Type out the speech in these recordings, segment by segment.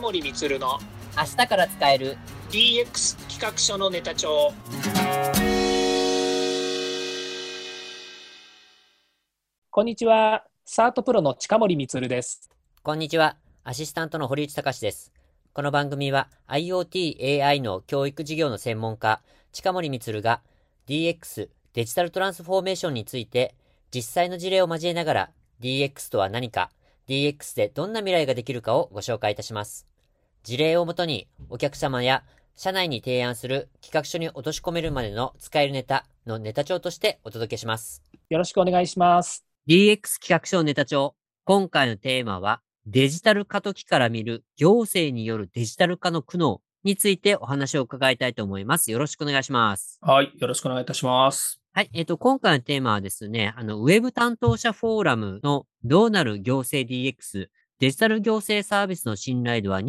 森充の明日から使える DX 企画書のネタ帳こんにちはサートプロの近森充ですこんにちはアシスタントの堀内隆ですこの番組は IoTAI の教育事業の専門家近森充が DX デジタルトランスフォーメーションについて実際の事例を交えながら DX とは何か DX でどんな未来ができるかをご紹介いたします事例をもとにお客様や社内に提案する企画書に落とし込めるまでの使えるネタのネタ帳としてお届けしますよろしくお願いします DX 企画書ネタ帳。今回のテーマは、デジタル化ときから見る行政によるデジタル化の苦悩についてお話を伺いたいと思います。よろしくお願いします。はい、よろしくお願いいたします。はい。えっ、と、今回のテーマはですね、あの、ウェブ担当者フォーラムのどうなる行政 DX、デジタル行政サービスの信頼度は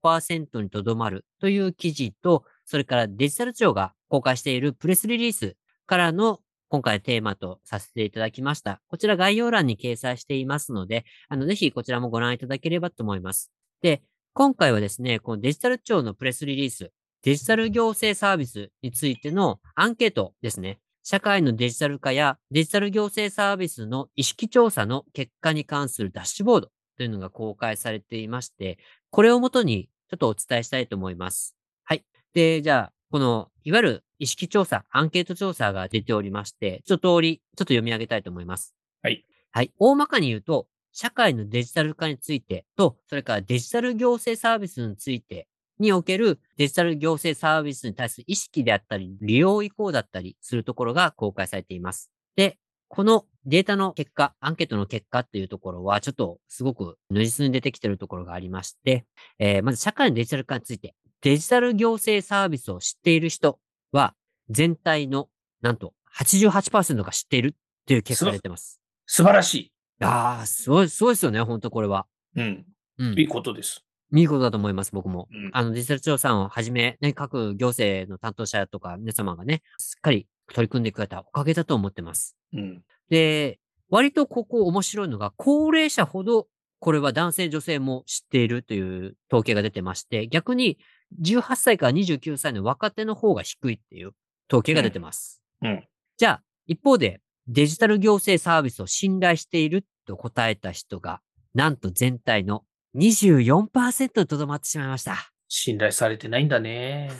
24%にとどまるという記事と、それからデジタル庁が公開しているプレスリリースからの今回のテーマとさせていただきました。こちら概要欄に掲載していますので、あの、ぜひこちらもご覧いただければと思います。で、今回はですね、このデジタル庁のプレスリリース、デジタル行政サービスについてのアンケートですね。社会のデジタル化やデジタル行政サービスの意識調査の結果に関するダッシュボードというのが公開されていまして、これをもとにちょっとお伝えしたいと思います。はい。で、じゃあ、この、いわゆる意識調査、アンケート調査が出ておりまして、一通り、ちょっと読み上げたいと思います。はい。はい。大まかに言うと、社会のデジタル化についてと、それからデジタル行政サービスについてにおけるデジタル行政サービスに対する意識であったり、利用意向だったりするところが公開されています。で、このデータの結果、アンケートの結果っていうところは、ちょっとすごく如実に出てきているところがありまして、えーまず社会のデジタル化について、デジタル行政サービスを知っている人は、全体のなんと88%が知っているっていう結果が出てます。素晴らしああ、すごい、すごいですよね、本当これは。い。うん。うんいいことです。見事だと思います、僕も。うんあの、デジタル庁さんをはじめ、ね、各行政の担当者とか皆様がね、しっかり取り組んでくれたおかげだと思ってます。うん。で、割とここ面白いのが、高齢者ほど、これは男性女性も知っているという統計が出てまして、逆に18歳から29歳の若手の方が低いっていう統計が出てます。うんうんじゃあ、一方で、デジタル行政サービスを信頼していると答えた人が、なんと全体の24%にとどまってしまいました。信頼されてないんだね。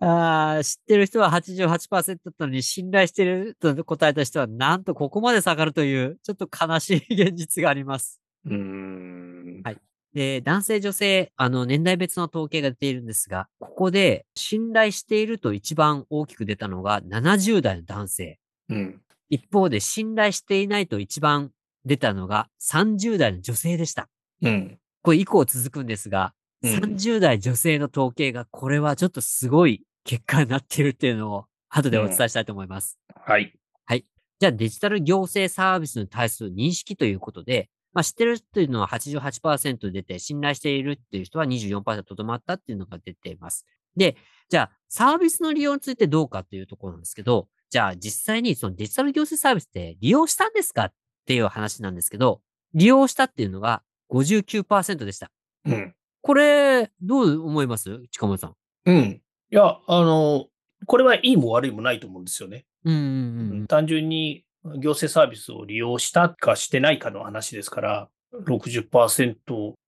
あー知ってる人は88%だったのに、信頼してると答えた人は、なんとここまで下がるという、ちょっと悲しい現実があります。うーん。はいで、男性、女性、あの、年代別の統計が出ているんですが、ここで、信頼していると一番大きく出たのが70代の男性。うん。一方で、信頼していないと一番出たのが30代の女性でした。うん。これ以降続くんですが、うん30代女性の統計が、これはちょっとすごい結果になっているっていうのを、後でお伝えしたいと思います。はい。じゃあ、デジタル行政サービスに対する認識ということで、まあ、知ってるというのは88%出て、信頼しているっていう人は24%とどまったっていうのが出ています。で、じゃあ、サービスの利用についてどうかというところなんですけど、じゃあ、実際にそのデジタル行政サービスって利用したんですかっていう話なんですけど、利用したっていうのが59%でした。うん。これ、どう思います近本さん。うん。いや、あの、これはいいも悪いもないと思うんですよね。うんうんうんうん。単純に行政サービスを利用したかしてないかの話ですから、60%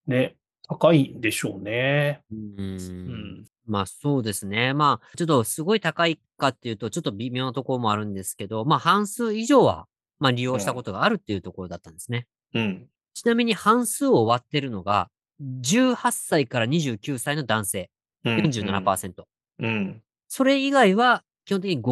ね、高いんでしょうね。うんうん。まあそうですね。まあちょっとすごい高いかっていうとちょっと微妙なところもあるんですけど、まあ半数以上はまあ利用したことがあるっていうところだったんですね。うん。ちなみに半数を割ってるのが18歳から29歳の男性うん47%。うん。それ以外は基本的に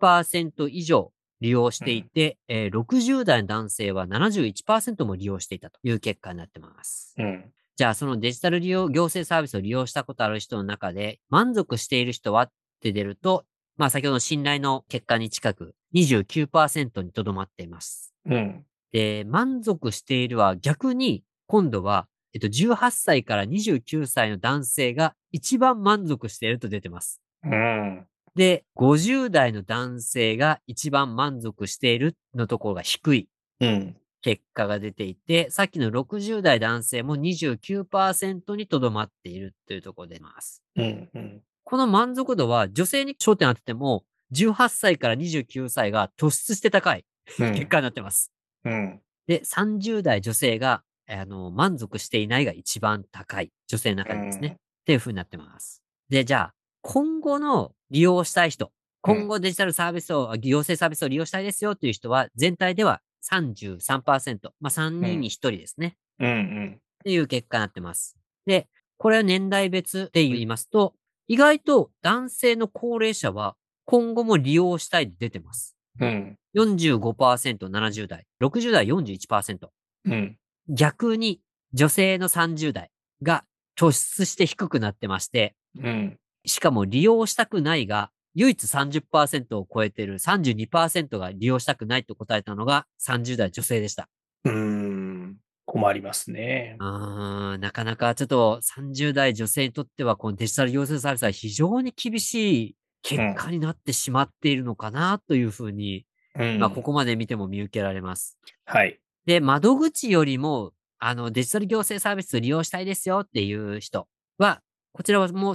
51%以上利用していて、えー60代の男性は71%も利用していたという結果になってます。うん。じゃあ、そのデジタル利用、行政サービスを利用したことある人の中で、満足している人はって出ると、まあ先ほどの信頼の結果に近く、29%にとどまっています。うん。で、満足しているは逆に、今度は、えっと、18歳から29歳の男性が一番満足していると出てます。うん。で、50代の男性が一番満足しているのところが低い。うん。結果が出ていて、さっきの60代男性も29%にとどまっているというところでます。うん、うん。この満足度は女性に焦点当てても、18歳から29歳が突出して高いうん結果になってます。うん。で、30代女性が、あの、満足していないが一番高い女性の中でですね。っていう風になってます。で、じゃあ、今後の利用したい人、今後デジタルサービスを、行政サービスを利用したいですよという人は、全体では33%、まあ3人に1人ですね。うん。うん。っていう結果になってます。で、これを年代別で言いますと、意外と男性の高齢者は今後も利用したいで出てます。うん。 45%、70代、60代41%。うん。逆に女性の30代が突出して低くなってまして、うん。しかも利用したくないが、唯一30%を超えてる32%が利用したくないと答えたのが30代女性でした。うん。困りますねう。ーん、なかなかちょっと30代女性にとってはこのデジタル行政サービスは非常に厳しい結果になってしまっているのかなというふうに、うん。まあここまで見ても見受けられます。はい。で、窓口よりも、あの、デジタル行政サービス利用したいですよっていう人は、こちらはもう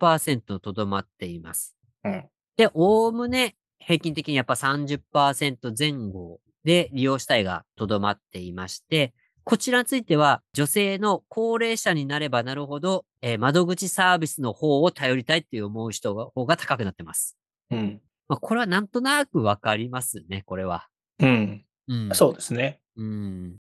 30%とどまっています。うん。で、おおむね平均的にやっぱ30%前後で利用したいがとどまっていまして、こちらについては女性の高齢者になればなるほど、えー窓口サービスの方を頼りたいって思う人が方が高くなってます。うん。まあ、これはなんとなくわかりますね、これは。うん。うんそうですね。うん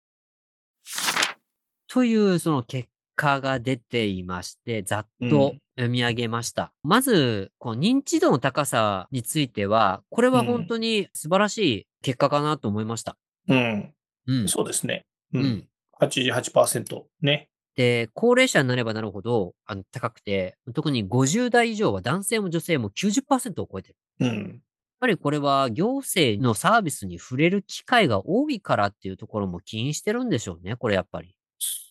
というその結果が出ていまして、ざっと読み上げました。まず、こう認知度の高さについては、これは本当に素晴らしい結果かなと思いました。うん。うん。そうですね。う。うんん、 88%ね。で、高齢者になればなるほどあの高くて、特に50代以上は男性も女性も90%を超えてる。うん。やっぱりこれは行政のサービスに触れる機会が多いからっていうところも起因してるんでしょうね、これやっぱり。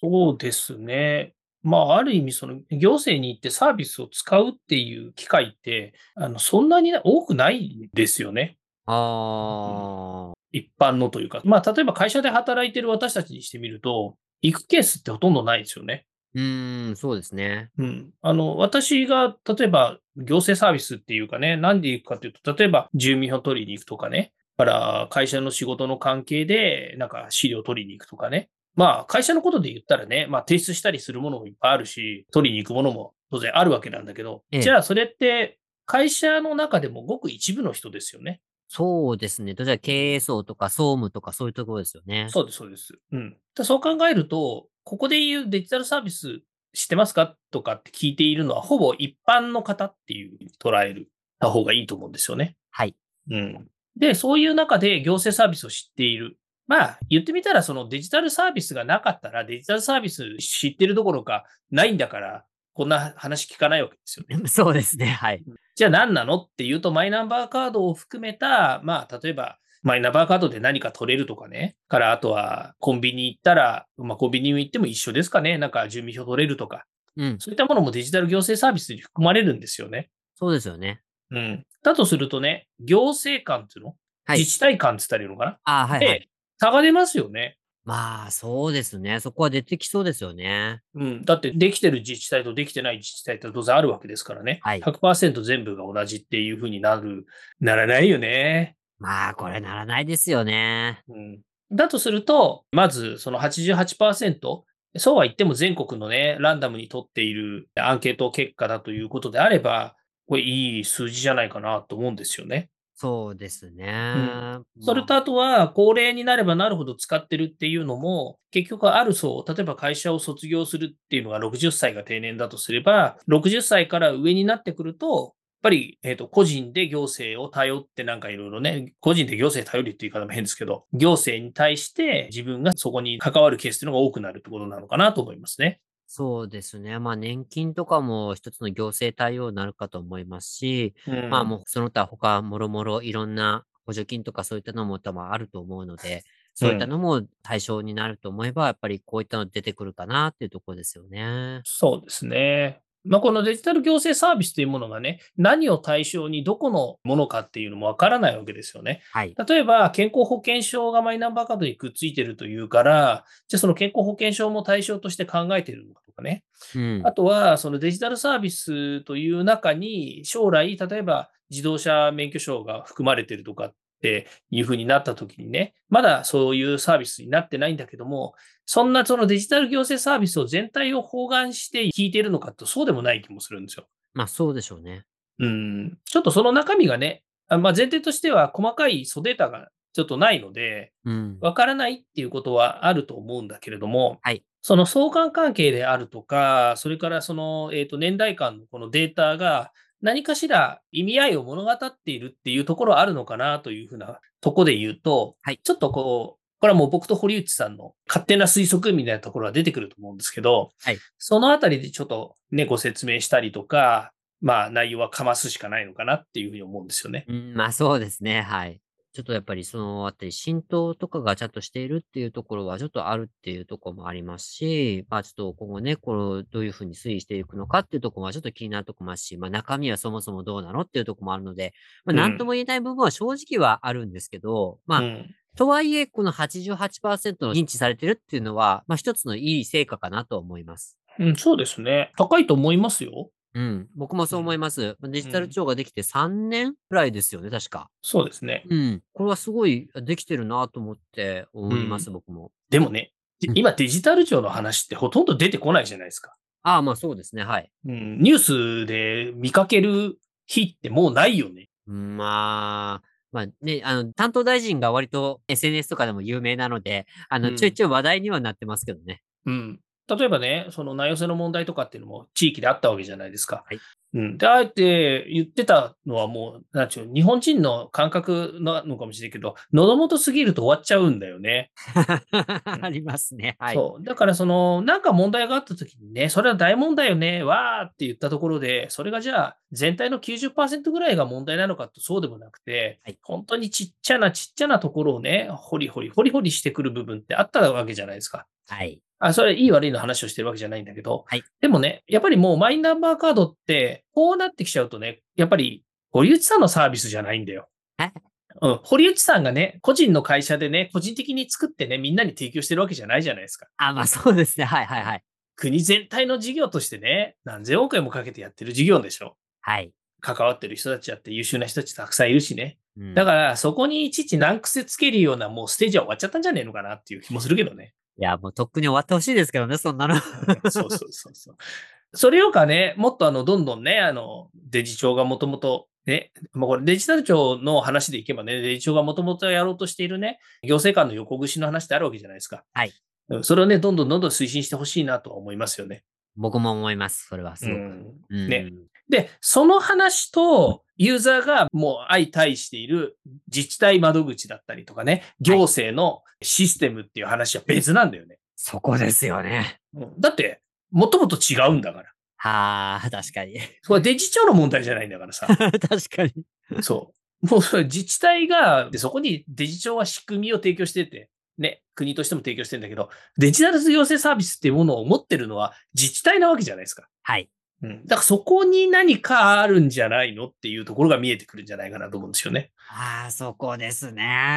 そうですね。まあ、ある意味、その行政に行ってサービスを使うっていう機会って、あのそんなに多くないんですよね。ああ、一般のというか。まあ、例えば会社で働いてる私たちにしてみると、行くケースってほとんどないですよね。うーん、そうですね。うん。あの、私が、例えば、行政サービスっていうかね、なんで行くかというと、例えば、住民票取りに行くとかね、から、会社の仕事の関係で、なんか、資料取りに行くとかね。まあ、会社のことで言ったらね、まあ、提出したりするものもいっぱいあるし、取りに行くものも当然あるわけなんだけど、ええじゃあ、それって、会社の中でもごく一部の人ですよね。そうですね。例えば経営層とか総務とかそういうところですよね。そうです、そうです。うん。だそう考えると、ここで言うデジタルサービス知ってますかとかって聞いているのは、ほぼ一般の方っていう捉えるた方がいいと思うんですよね。はい。うん。で、そういう中で行政サービスを知っている。まあ、言ってみたら、そのデジタルサービスがなかったら、デジタルサービス知ってるどころか、ないんだから、こんな話聞かないわけですよね。そうですね。はい。じゃあ何なのっていうと、マイナンバーカードを含めた、まあ、例えば、マイナンバーカードで何か取れるとかね。から、あとは、コンビニ行ったら、まあ、コンビニ行っても一緒ですかね。なんか、住民票取れるとか。うん。そういったものもデジタル行政サービスに含まれるんですよね。そうですよね。うん。だとするとね、行政官っていうの、はい自治体官って言ったらいいのかあーな、はい、はい。で、差が出ますよね。まあ、そうですね。そこは出てきそうですよね。うん、だって、できてる自治体とできてない自治体って当然あるわけですからね。はい100%全部が同じっていうふうになる、ならないよね。まあ、これならないですよね。うんだとすると、まずその88%、そうは言っても全国のね、ランダムに取っているアンケート結果だということであれば、これいい数字じゃないかなと思うんですよね。そうですね。それとまああとは、高齢になればなるほど使ってるっていうのも、結局ある層、例えば会社を卒業するっていうのが60歳が定年だとすれば、60歳から上になってくると、やっぱり、えっと個人で行政を頼ってなんかいろいろね、個人で行政頼りっていう言い方も変ですけど、行政に対して自分がそこに関わるケースっていうのが多くなるってことなのかなと思いますね。そうですね。まあ、年金とかも一つの行政対応になるかと思いますし、まあもうその他他もろもろいろんな補助金とかそういったのも多分あると思うので、そういったのも対象になると思えば、やっぱりこういったの出てくるかなっていうところですよね。そうですね。まあ、このデジタル行政サービスというものがね、何を対象にどこのものかっていうのもわからないわけですよね。はい。例えば、健康保険証がマイナンバーカードにくっついてるというから、じゃあその健康保険証も対象として考えてるのかとかね。うんあ。とは、そのデジタルサービスという中に、将来、例えば自動車免許証が含まれてるとかっていうふうになったときにね、まだそういうサービスになってないんだけども、そんなそのデジタル行政サービスを全体を包含して聞いてるのかと、そうでもない気もするんですよ。まあそうでしょうね。うん、ちょっとその中身がね、あまあ、前提としては細かい素データがちょっとないので、うん。わからないっていうことはあると思うんだけれども、はいその相関関係であるとか、それからその、えー、と年代間のこのデータが何かしら意味合いを物語っているっていうところはあるのかなというふうなとこで言うと、はいちょっとこう、これはもう僕と堀内さんの勝手な推測みたいなところは出てくると思うんですけど、はいそのあたりでちょっとね、ご説明したりとか、まあ内容はかますしかないのかなっていうふうに思うんですよね。うん、まあそうですね。はい。ちょっとやっぱりそのあたり浸透とかがちゃんとしているっていうところはちょっとあるっていうところもありますし、まあちょっと今後ね、これをどういうふうに推移していくのかっていうところはちょっと気になるところもあるし、まあ中身はそもそもどうなのっていうところもあるので、まあうんなんとも言えない部分は正直はあるんですけど、まあ、うんとはいえこの88%の認知されてるっていうのは、まあ一つのいい成果かなと思います。うん、そうですね。高いと思いますよ。うん、僕もそう思います。まあデジタうルん庁ができて3年くらいですよね、確か。そうですね。うん。これはすごいできてるなと思って思います、う僕も。でもね、でうん今デジタル庁の話ってほとんど出てこないじゃないですか。ああ、まあそうですね、はい。うん、ニュースで見かける日ってもうないよね。まあ、まあね、あの、担当大臣が割と SNS とかでも有名なので、あうの、んちょいちょい話題にはなってますけどね。うん。例えばね、その名寄せの問題とかっていうのも地域であったわけじゃないですか。はいうん、で、あえて言ってたのはもう、なんちゅう、日本人の感覚なのかもしれないけど、喉元すぎると終わっちゃうんだよね。 ありますね、はい。そう。だから、その、なんか問題があった時にね、それは大問題よね、わーって言ったところで、それがじゃあ、全体の90%ぐらいが問題なのかとそうでもなくて、はい本当にちっちゃなちっちゃなところをね、ホリホリ、ホリホリしてくる部分ってあったわけじゃないですか。はい。あ、それ、いい悪いの話をしてるわけじゃないんだけど、はいでもね、やっぱりもうマイナンバーカードって、こうなってきちゃうとね、やっぱり、堀内さんのサービスじゃないんだよはい。うん、堀内さんがね、個人の会社でね、個人的に作ってね、みんなに提供してるわけじゃないじゃないですか。あまあそうですね、はいはいはい。国全体の事業としてね、何千億円もかけてやってる事業でしょ。はい。関わってる人たちだって優秀な人たちたくさんいるしね。うんだから、そこにいちいち難癖つけるようなもうステージは終わっちゃったんじゃねえのかなっていう気もするけど ね。いや、もうとっくに終わってほしいですけどね、そんなの。 そうそうそうそう。それよりかね、もっとあの、どんどんね、あの、デジ庁がもともと、ね、まあ、これデジタル庁の話でいけばね、デジ庁がもともとやろうとしているね、行政官の横串の話ってあるわけじゃないですか。はいうん。それをね、どんどんどんどん推進してほしいなとは思いますよね。僕も思います、それはすごく。んうんねで、その話と、ユーザーがもう相対している自治体窓口だったりとかね、行政のシステムっていう話は別なんだよね。そこですよね。うんだって、もともと違うんだから。はあ、確かに。。それはデジ庁の問題じゃないんだから さ確かに。そう。もうそれ自治体が、でそこにデジ庁は仕組みを提供してて、ね、国としても提供してんだけど、デジタル行政サービスっていうものを持ってるのは自治体なわけじゃないですか。はい。うん。だからそこに何かあるんじゃないのっていうところが見えてくるんじゃないかなと思うんですよね。ああ、そこですうね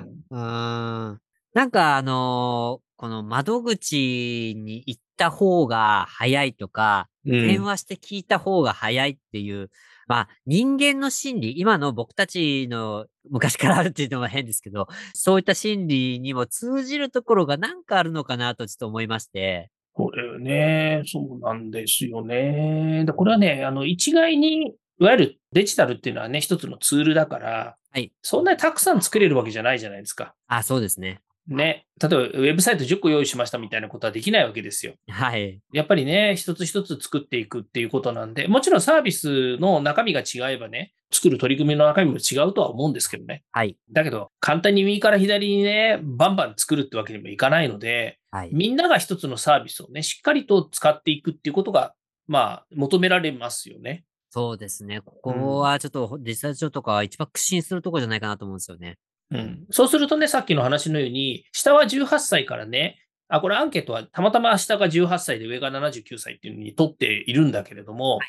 ん。うーん。なんかあのーこの窓口に行った方が早いとか、うん電話して聞いた方が早いっていう、まあ人間の心理、今の僕たちの昔からあるっていうのは変ですけど、そういった心理にも通じるところがなんかあるのかなとちょっと思いまして。これね、そうなんですよね。でこれはね、あの一概に、いわゆるデジタルっていうのはね、一つのツールだから、はいそんなにたくさん作れるわけじゃないじゃないですか。あ、そうですね。ね。例えば、ウェブサイト10個用意しましたみたいなことはできないわけですよ。はい。やっぱりね、一つ一つ作っていくっていうことなんで、もちろんサービスの中身が違えばね、作る取り組みの中身も違うとは思うんですけどね。はい。だけど、簡単に右から左にね、バンバン作るってわけにもいかないので、はい。みんなが一つのサービスをね、しっかりと使っていくっていうことが、まあ、求められますよね。そうですね。こうんこはちょっとデジタル庁とか一番苦心するところじゃないかなと思うんですよね。うん。そうするとね、さっきの話のように、下は18歳からね、あ、これアンケートはたまたま明日が18歳で上が79歳っていうのに取っているんだけれども、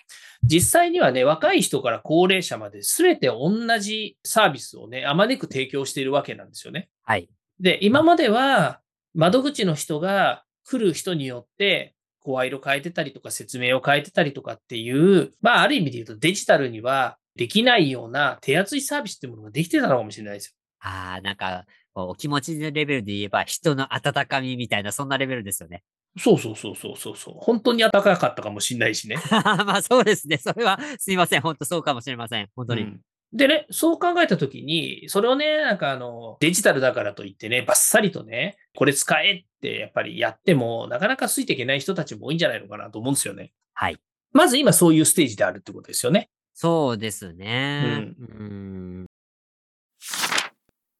実際にはね、若い人から高齢者まで全て同じサービスをね、あまねく提供しているわけなんですよね。はい。で、今までは窓口の人が来る人によって、声色変えてたりとか説明を変えてたりとかっていう、まあある意味で言うとデジタルにはできないような手厚いサービスっていうものができてたのかもしれないですよ。ああ、なんか、こうお気持ちのレベルで言えば、人の温かみみたいな、そんなレベルですよね。 そうそうそうそうそうそう。本当に暖かかったかもしれないしね。まあそうですね。それは、すいません。本当そうかもしれません。本当に。うんでね、そう考えたときに、それをね、なんかあの、デジタルだからといってね、バッサリとね、これ使えってやっぱりやっても、なかなかついていけない人たちも多いんじゃないのかなと思うんですよね。はい。まず今そういうステージであるってことですよね。そうですね。うん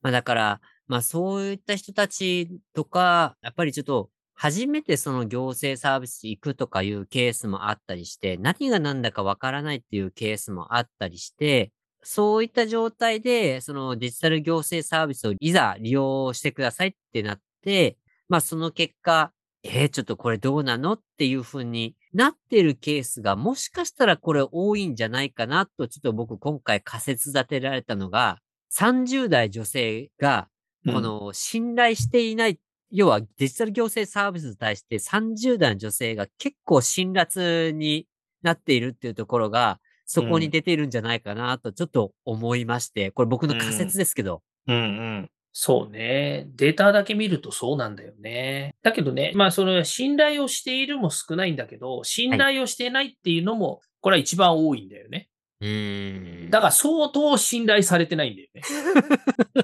まあだから、まあそういった人たちとか、やっぱりちょっと、初めてその行政サービス行くとかいうケースもあったりして、何が何だかわからないっていうケースもあったりして、そういった状態で、そのデジタル行政サービスをいざ利用してくださいってなって、まあその結果、えー、ちょっとこれどうなのっていうふうになってるケースがもしかしたらこれ多いんじゃないかなと、ちょっと僕今回仮説立てられたのが、30代女性がこの信頼していない、要はデジタル行政サービスに対して30代の女性が結構辛辣になっているっていうところが、そこうにん出ているんじゃないかなとちょっと思いまして、これ僕の仮説ですけど、うんうん。そうね。データだけ見るとそうなんだよね。だけどね、まあその信頼をしているも少ないんだけど、信頼をしていないっていうのも、これは一番多いんだよね。うーんだから相当信頼されてないんだよね。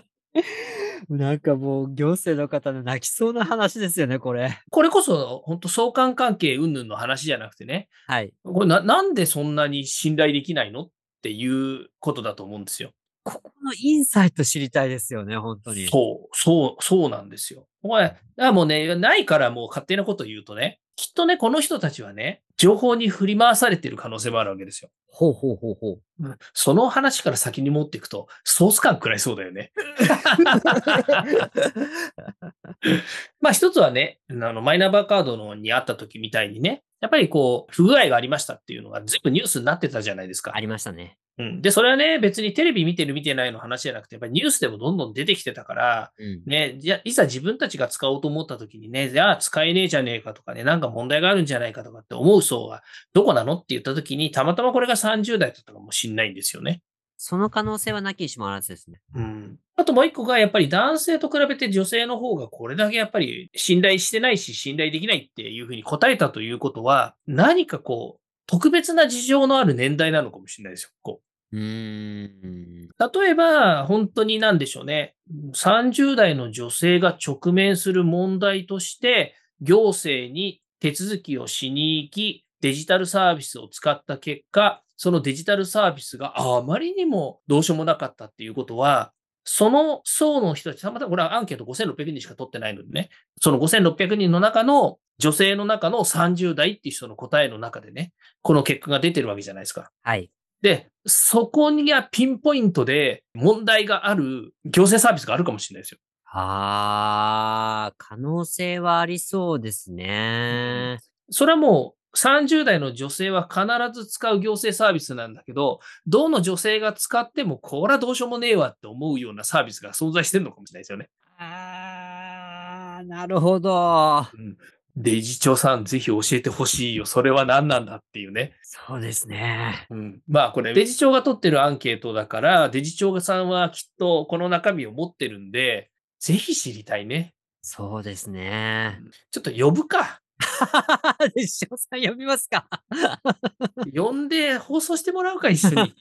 なんかもう行政の方の泣きそうな話ですよね、これ。これこそ、本当相関関係云々の話じゃなくてね、はい。これななんでそんなに信頼できないのっていうことだと思うんですよ。ここのインサイト知りたいですよね、本当に。そう、そう、そうなんですよ。お前、だからもうね、ないからもう勝手なこと言うとね、きっとね、この人たちはね、情報に振り回されてる可能性もあるわけですよ。ほうほうほう ほう。うんその話から先に持っていくと、ソース感食らいそうだよね。まあ一つはね、あの、マイナンバーカードのにあった時みたいにね、やっぱりこう、不具合がありましたっていうのが全部ニュースになってたじゃないですかあ。りましたね。うん、で、それはね、別にテレビ見てる見てないの話じゃなくて、やっぱりニュースでもどんどん出てきてたから、うん。ね、じゃいざ自分たちが使おうと思った時にね、じゃあ使えねえじゃねえかとかね、なんか問題があるんじゃないかとかって思う層がどこなのって言った時に、たまたまこれが30代だったかもしんないんですよね。その可能性はなきにしもあらずですね。うんあともう一個が、やっぱり男性と比べて女性の方がこれだけやっぱり信頼してないし、信頼できないっていうふうに答えたということは、何かこう、特別な事情のある年代なのかもしれないですよ。こうーん。う例えば、本当に何でしょうね。30代の女性が直面する問題として、行政に手続きをしに行き、デジタルサービスを使った結果、そのデジタルサービスがあまりにもどうしようもなかったっていうことは、その層の人たち、たまたまこれはアンケート5600人しか取ってないのでね、その5600人の中の女性の中の30代っていう人の答えの中でね、この結果が出てるわけじゃないですか。はい。で、そこにはピンポイントで問題がある行政サービスがあるかもしれないですよ。ああ、可能性はありそうですね。それはもう30代の女性は必ず使う行政サービスなんだけど、どの女性が使ってもこれはどうしようもねえわって思うようなサービスが存在してるのかもしれないですよね。ああ、なるほど。デジ庁さん、ぜひ教えてほしいよ。それは何なんだっていうね。そうですね。うん、まあこれ、デジ庁が取ってるアンケートだから、デジ庁さんはきっとこの中身を持ってるんで、ぜひ知りたいね。そう ですね。ちょっと呼ぶか。で、師匠さん呼びますか呼んで放送してもらうか、一緒 に。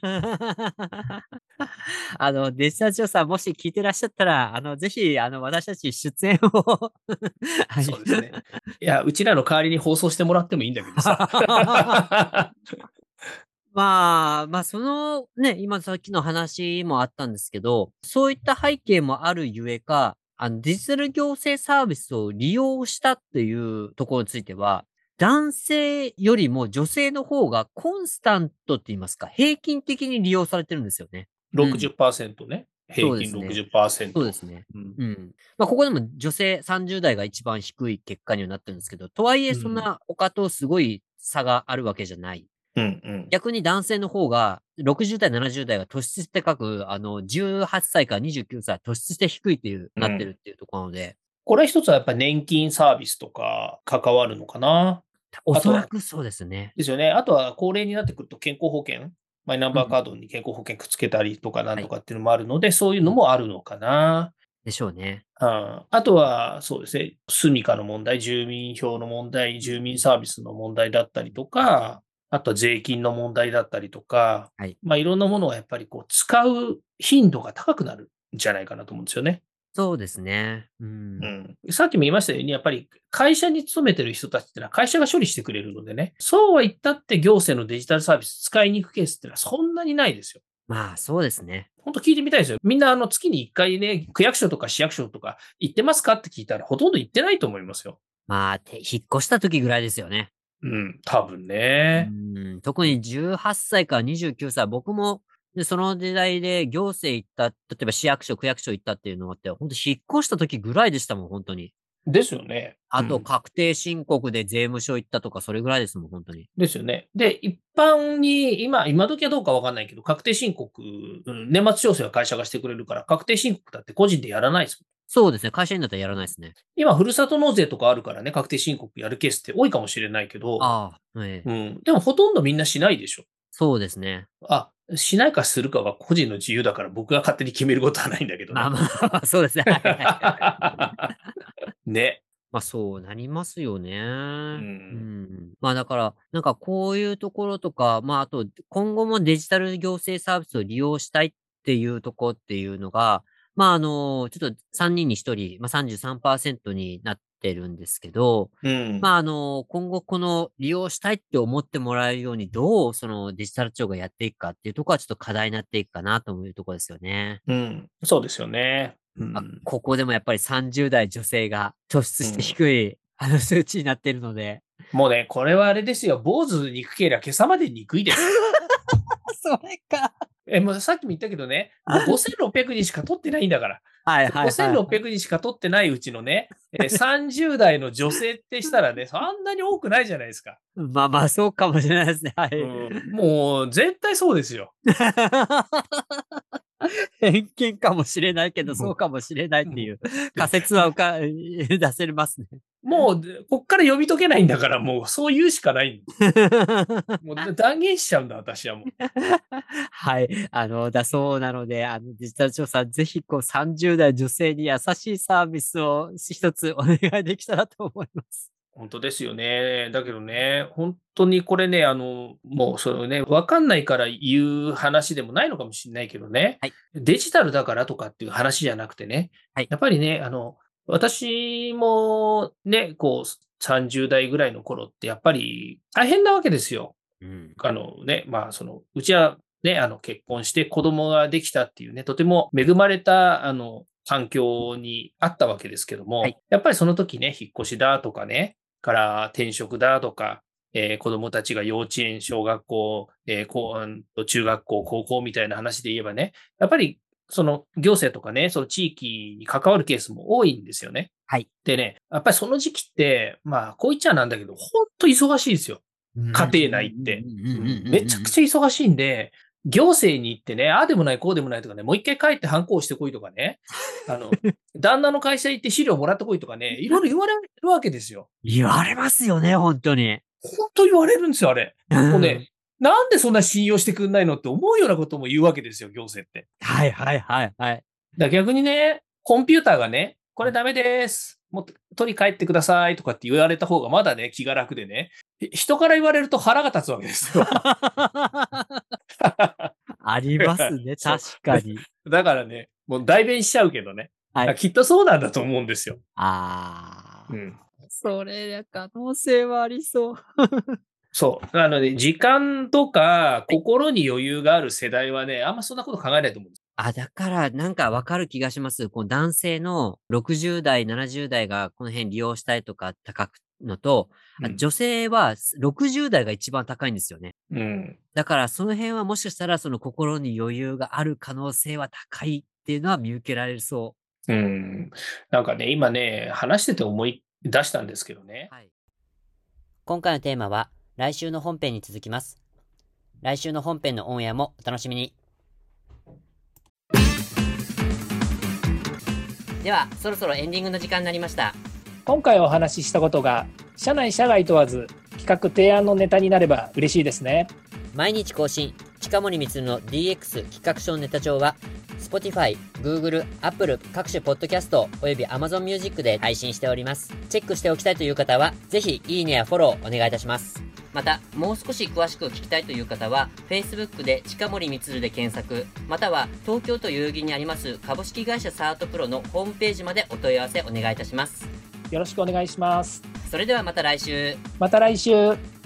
あの、デジタル調査、もし聞いてらっしゃったら、あの、ぜひ、あの、私たち出演を。 はいそうですね。いや、うちらの代わりに放送してもらってもいいんだけどさ。 まあ、まあ、そのね、今さっきの話もあったんですけど、そういった背景もあるゆえか、あのデジタル行政サービスを利用したっていうところについては、男性よりも女性の方がコンスタントって言いますか、平均的に利用されてるんですよね。 60%ね。平均そうですね60%。そうですね。うんうん。まあ、ここでも女性30代が一番低い結果にはなってるんですけど、とはいえ、そんな他とすごい差があるわけじゃない。うんうん逆に男性の方が、60代、70代が突出して書く、あの、18歳から29歳は突出して低いっていう、うんなってるっていうところなので、これは一つはやっぱ年金サービスとか関わるのかな。おあとそはらくそうですね。ですよね。あとは高齢になってくると健康保険、マイナンバーカードに健康保険くっつけたりとかなんとかっていうのもあるので、そういうのもあるのかな。でしょうね。うんあとは、そうですね、住みかの問題、住民票の問題、住民サービスの問題だったりとか、あとは税金の問題だったりとか、はいまあ、いろんなものはやっぱりこう使う頻度が高くなるんじゃないかなと思うんですよね。そうですね。うん。うん、さっきも言いましたように、やっぱり会社に勤めてる人たちってのは会社が処理してくれるのでね、そうは言ったって行政のデジタルサービス使いに行くケースってのはそんなにないですよ。まあ、そうですね。本当聞いてみたいですよ。みんなあの月に1回ね、区役所とか市役所とか行ってますかって聞いたらほとんど行ってないと思いますよ。まあ、て引っ越した時ぐらいですよね。うん、多分うね。ん特に18歳から29歳、僕も、でその時代で行政行った、例えば市役所、区役所行ったっていうのがあって、本当引っ越した時ぐらいでしたもん、本当に。ですよね。あうと、ん確定申告で税務署行ったとか、それぐらいですもん、本当に。ですよね。で、一般に、今、今時はどうかわかんないけど、確定申告、うん年末調整は会社がしてくれるから、確定申告だって個人でやらないですもん。そうですね。会社員だったらやらないですね。今、ふるさと納税とかあるからね、確定申告やるケースって多いかもしれないけど、ああ、ええうん、でもほとんどみんなしないでしょ。そうですね。あ、しないかするかは個人の自由だから僕が勝手に決めることはないんだけどねまあ。まあまあ、そうですね。はいはいは いね。まあそうなりますよね。うんんまあだから、なんかこういうところとか、まああと今後もデジタル行政サービスを利用したいっていうところっていうのが、まああの、ちょっと3人に1人、まあ33%になってるんですけど、うん。まああの、今後この利用したいって思ってもらえるようにどうそのデジタル庁がやっていくかっていうところはちょっと課題になっていくかなというところですよね。うん。そうですよね。うまあん、ここでもやっぱり30代女性が突出して低い、あの数値になってるので、もうね、これはあれですよ。坊主憎けりゃ今朝まで憎い です。 それか。え、もうさっきも言ったけどね、もう5600人しか取ってないんだから。はいはい、はい。 5600人しか取ってないうちのね、えー30代の女性ってした らね、そんなに多くないじゃないですか。まあまあ、そうかもしれないですね。はい。もう、絶対そうですよ。 偏見かもしれないけど、そうかもしれないっていう仮説は浮か 出せますね。 もう、でこっから読み解けないんだから、もう、そう言うしかない。もう、断言しちゃうんだ、私はもう。はい。あの、だそうなので、あの、デジタル調査、ぜひ、こう、30代女性に優しいサービスを一つお願いできたらと思います。本当ですよね。だけどね、本当にこれね、あの、もうそのね、わかんないから言う話でもないのかもしれないけどね、はいデジタルだからとかっていう話じゃなくてね、はいやっぱりね、あの、私もね、こう、30代ぐらいの頃って、やっぱり大変なわけですよ。うん。あのね、まあ、その、うちはね、あの、結婚して子供ができたっていうね、とても恵まれた、あの、環境にあったわけですけども、はいやっぱりその時ね、引っ越しだとかね、から転職だとか、えー子供たちが幼稚園、小学校、えーこううんと中学校、高校みたいな話で言えばね、やっぱりその行政とかね、その地域に関わるケースも多いんですよね。はいでね、やっぱりその時期って、まあ、こう言っちゃなんだけど、本当忙しいですよ。家庭内ってめちゃくゃ。ちゃ忙しいんで、行政に行ってね、ああでもない、こうでもないとかね、もう一回帰って反抗してこいとかね、あ の、旦那の会社行って資料もらってこいとかね、いろいろ言われるわけですよ。言われますよね、本当に。本当言われるんですよ、あれ。ももうね、なんでそんな信用してくんないのって思うようなことも言うわけですよ、行政って。 はいはいはいはい。だから逆にね、コンピューターがね、これダメです。もっと取り帰ってくださいとかって言われた方がまだね、気が楽でね、ひ人から言われると腹が立つわけです よ。あります ね、そう確かに。だからね、もう代弁しちゃうけどね。はいきっとそうなんだと思うんですよ。ああ、ん、それ、可能性はありそう。そう。なので、時間とか心に余裕がある世代はね、あんまそんなこと考えないと思うんです。あ、だから、なんかわかる気がします。こう男性の60代、70代がこの辺利用したいとか高くのと、あうん女性は60代が一番高いんですよね。うん。だから、その辺はもしかしたら、その心に余裕がある可能性は高いっていうのは見受けられるそうん。なんかね、今ね、話してて思い出したんですけどう。ね。はい。今回のテーマは、来週の本編に続きます。来週の本編のオンエアもお楽しみに。では、そろそろエンディングの時間になりました。今回お話ししたことが社内社外問わず企画提案のネタになれば嬉しいですね毎日更新近森光の DX 企画書ネタ帳は Spotify、Google、Apple 各種ポッドキャストおよび Amazon Music で配信しておりますチェックしておきたいという方はぜひいいねやフォローお願いいたしますまたもう少し詳しく聞きたいという方は Facebook で近森光で検索または東京都代々木にあります株式会社サートプロのホームページまでお問い合わせお願いいたしますよろしくお願いしますそれではまた来週また来週